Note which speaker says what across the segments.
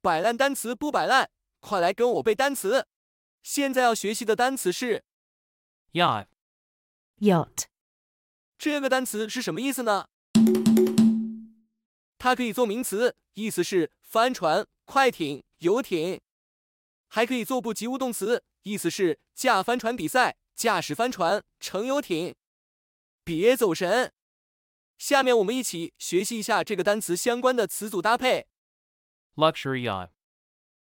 Speaker 1: 摆烂单词不摆烂，快来跟我背单词。现在要学习的单词是
Speaker 2: yacht,
Speaker 3: yacht,
Speaker 1: 这个单词是什么意思呢？它可以做名词，意思是帆船、快艇、游艇；还可以做不及物动词，意思是驾帆船比赛、驾驶帆船、乘游艇。别走神，下面我们一起学习一下这个单词相关的词组搭配：
Speaker 2: luxury yacht,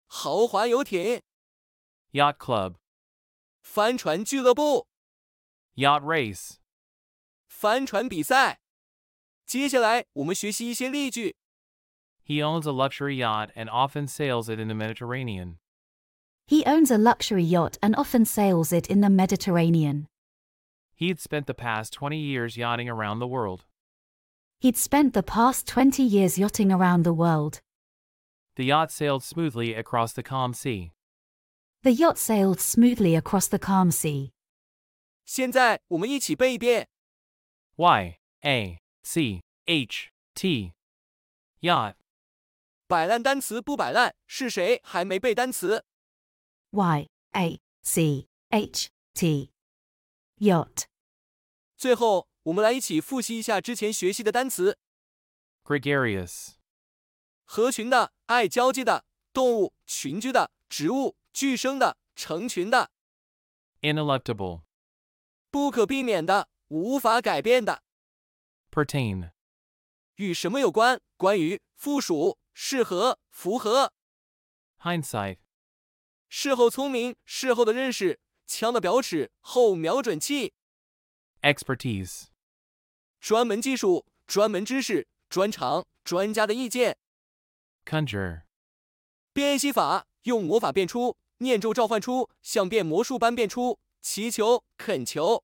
Speaker 1: 豪华游艇、
Speaker 2: yacht club,
Speaker 1: 帆船俱乐部、
Speaker 2: yacht race,
Speaker 1: 帆船比赛。接下来我们学习一些例句。
Speaker 2: He owns a luxury yacht and often sails it in the Mediterranean.
Speaker 3: He owns a luxury yacht and often sails it in the Mediterranean.
Speaker 2: He'd spent the past 20 years yachting around the world.
Speaker 3: He'd spent the past 20 years yachting around the world.
Speaker 2: The yacht sailed smoothly across the calm sea.
Speaker 3: The yacht sailed smoothly across the calm sea.
Speaker 1: 现在我们一起背一遍。
Speaker 2: Y A C H T. Yacht,
Speaker 1: 摆烂单词不摆烂，是谁还没背单词？
Speaker 3: Y A C H T. Yacht,
Speaker 1: 最后，我们来一起复习一下之前学习的单词：
Speaker 2: gregarious,
Speaker 1: 合群的、爱交际的、动物、群居的、植物、俱生的、成群的、
Speaker 2: ineluctable,
Speaker 1: 不可避免的、无法改变的。
Speaker 2: pertain,
Speaker 1: 与什么有关？关于、附属、适合、符合、
Speaker 2: hindsight,
Speaker 1: 事后聪明、事后的认识、枪的表尺、后瞄准器、
Speaker 2: expertise,
Speaker 1: 专门技术、专门知识、专长、专家的意见。
Speaker 2: conjure,
Speaker 1: 变戏法，用魔法变出，念咒召唤出，像变魔术般变出，祈求、恳求，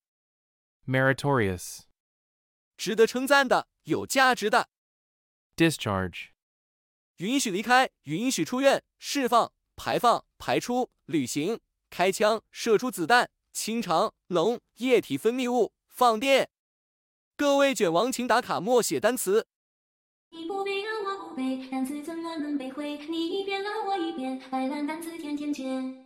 Speaker 2: meritorious,
Speaker 1: 值得称赞的，有价值的，
Speaker 2: discharge,
Speaker 1: 允许离开，允许出院，释放、排放、排出、旅行、开枪、射出子弹、清肠、脓、液体分泌物、放电。各位卷王，请打卡默写单词。
Speaker 4: 你不背啊，我不背，单词怎么能背会？你一遍啊，我一遍，白烂单词天天见。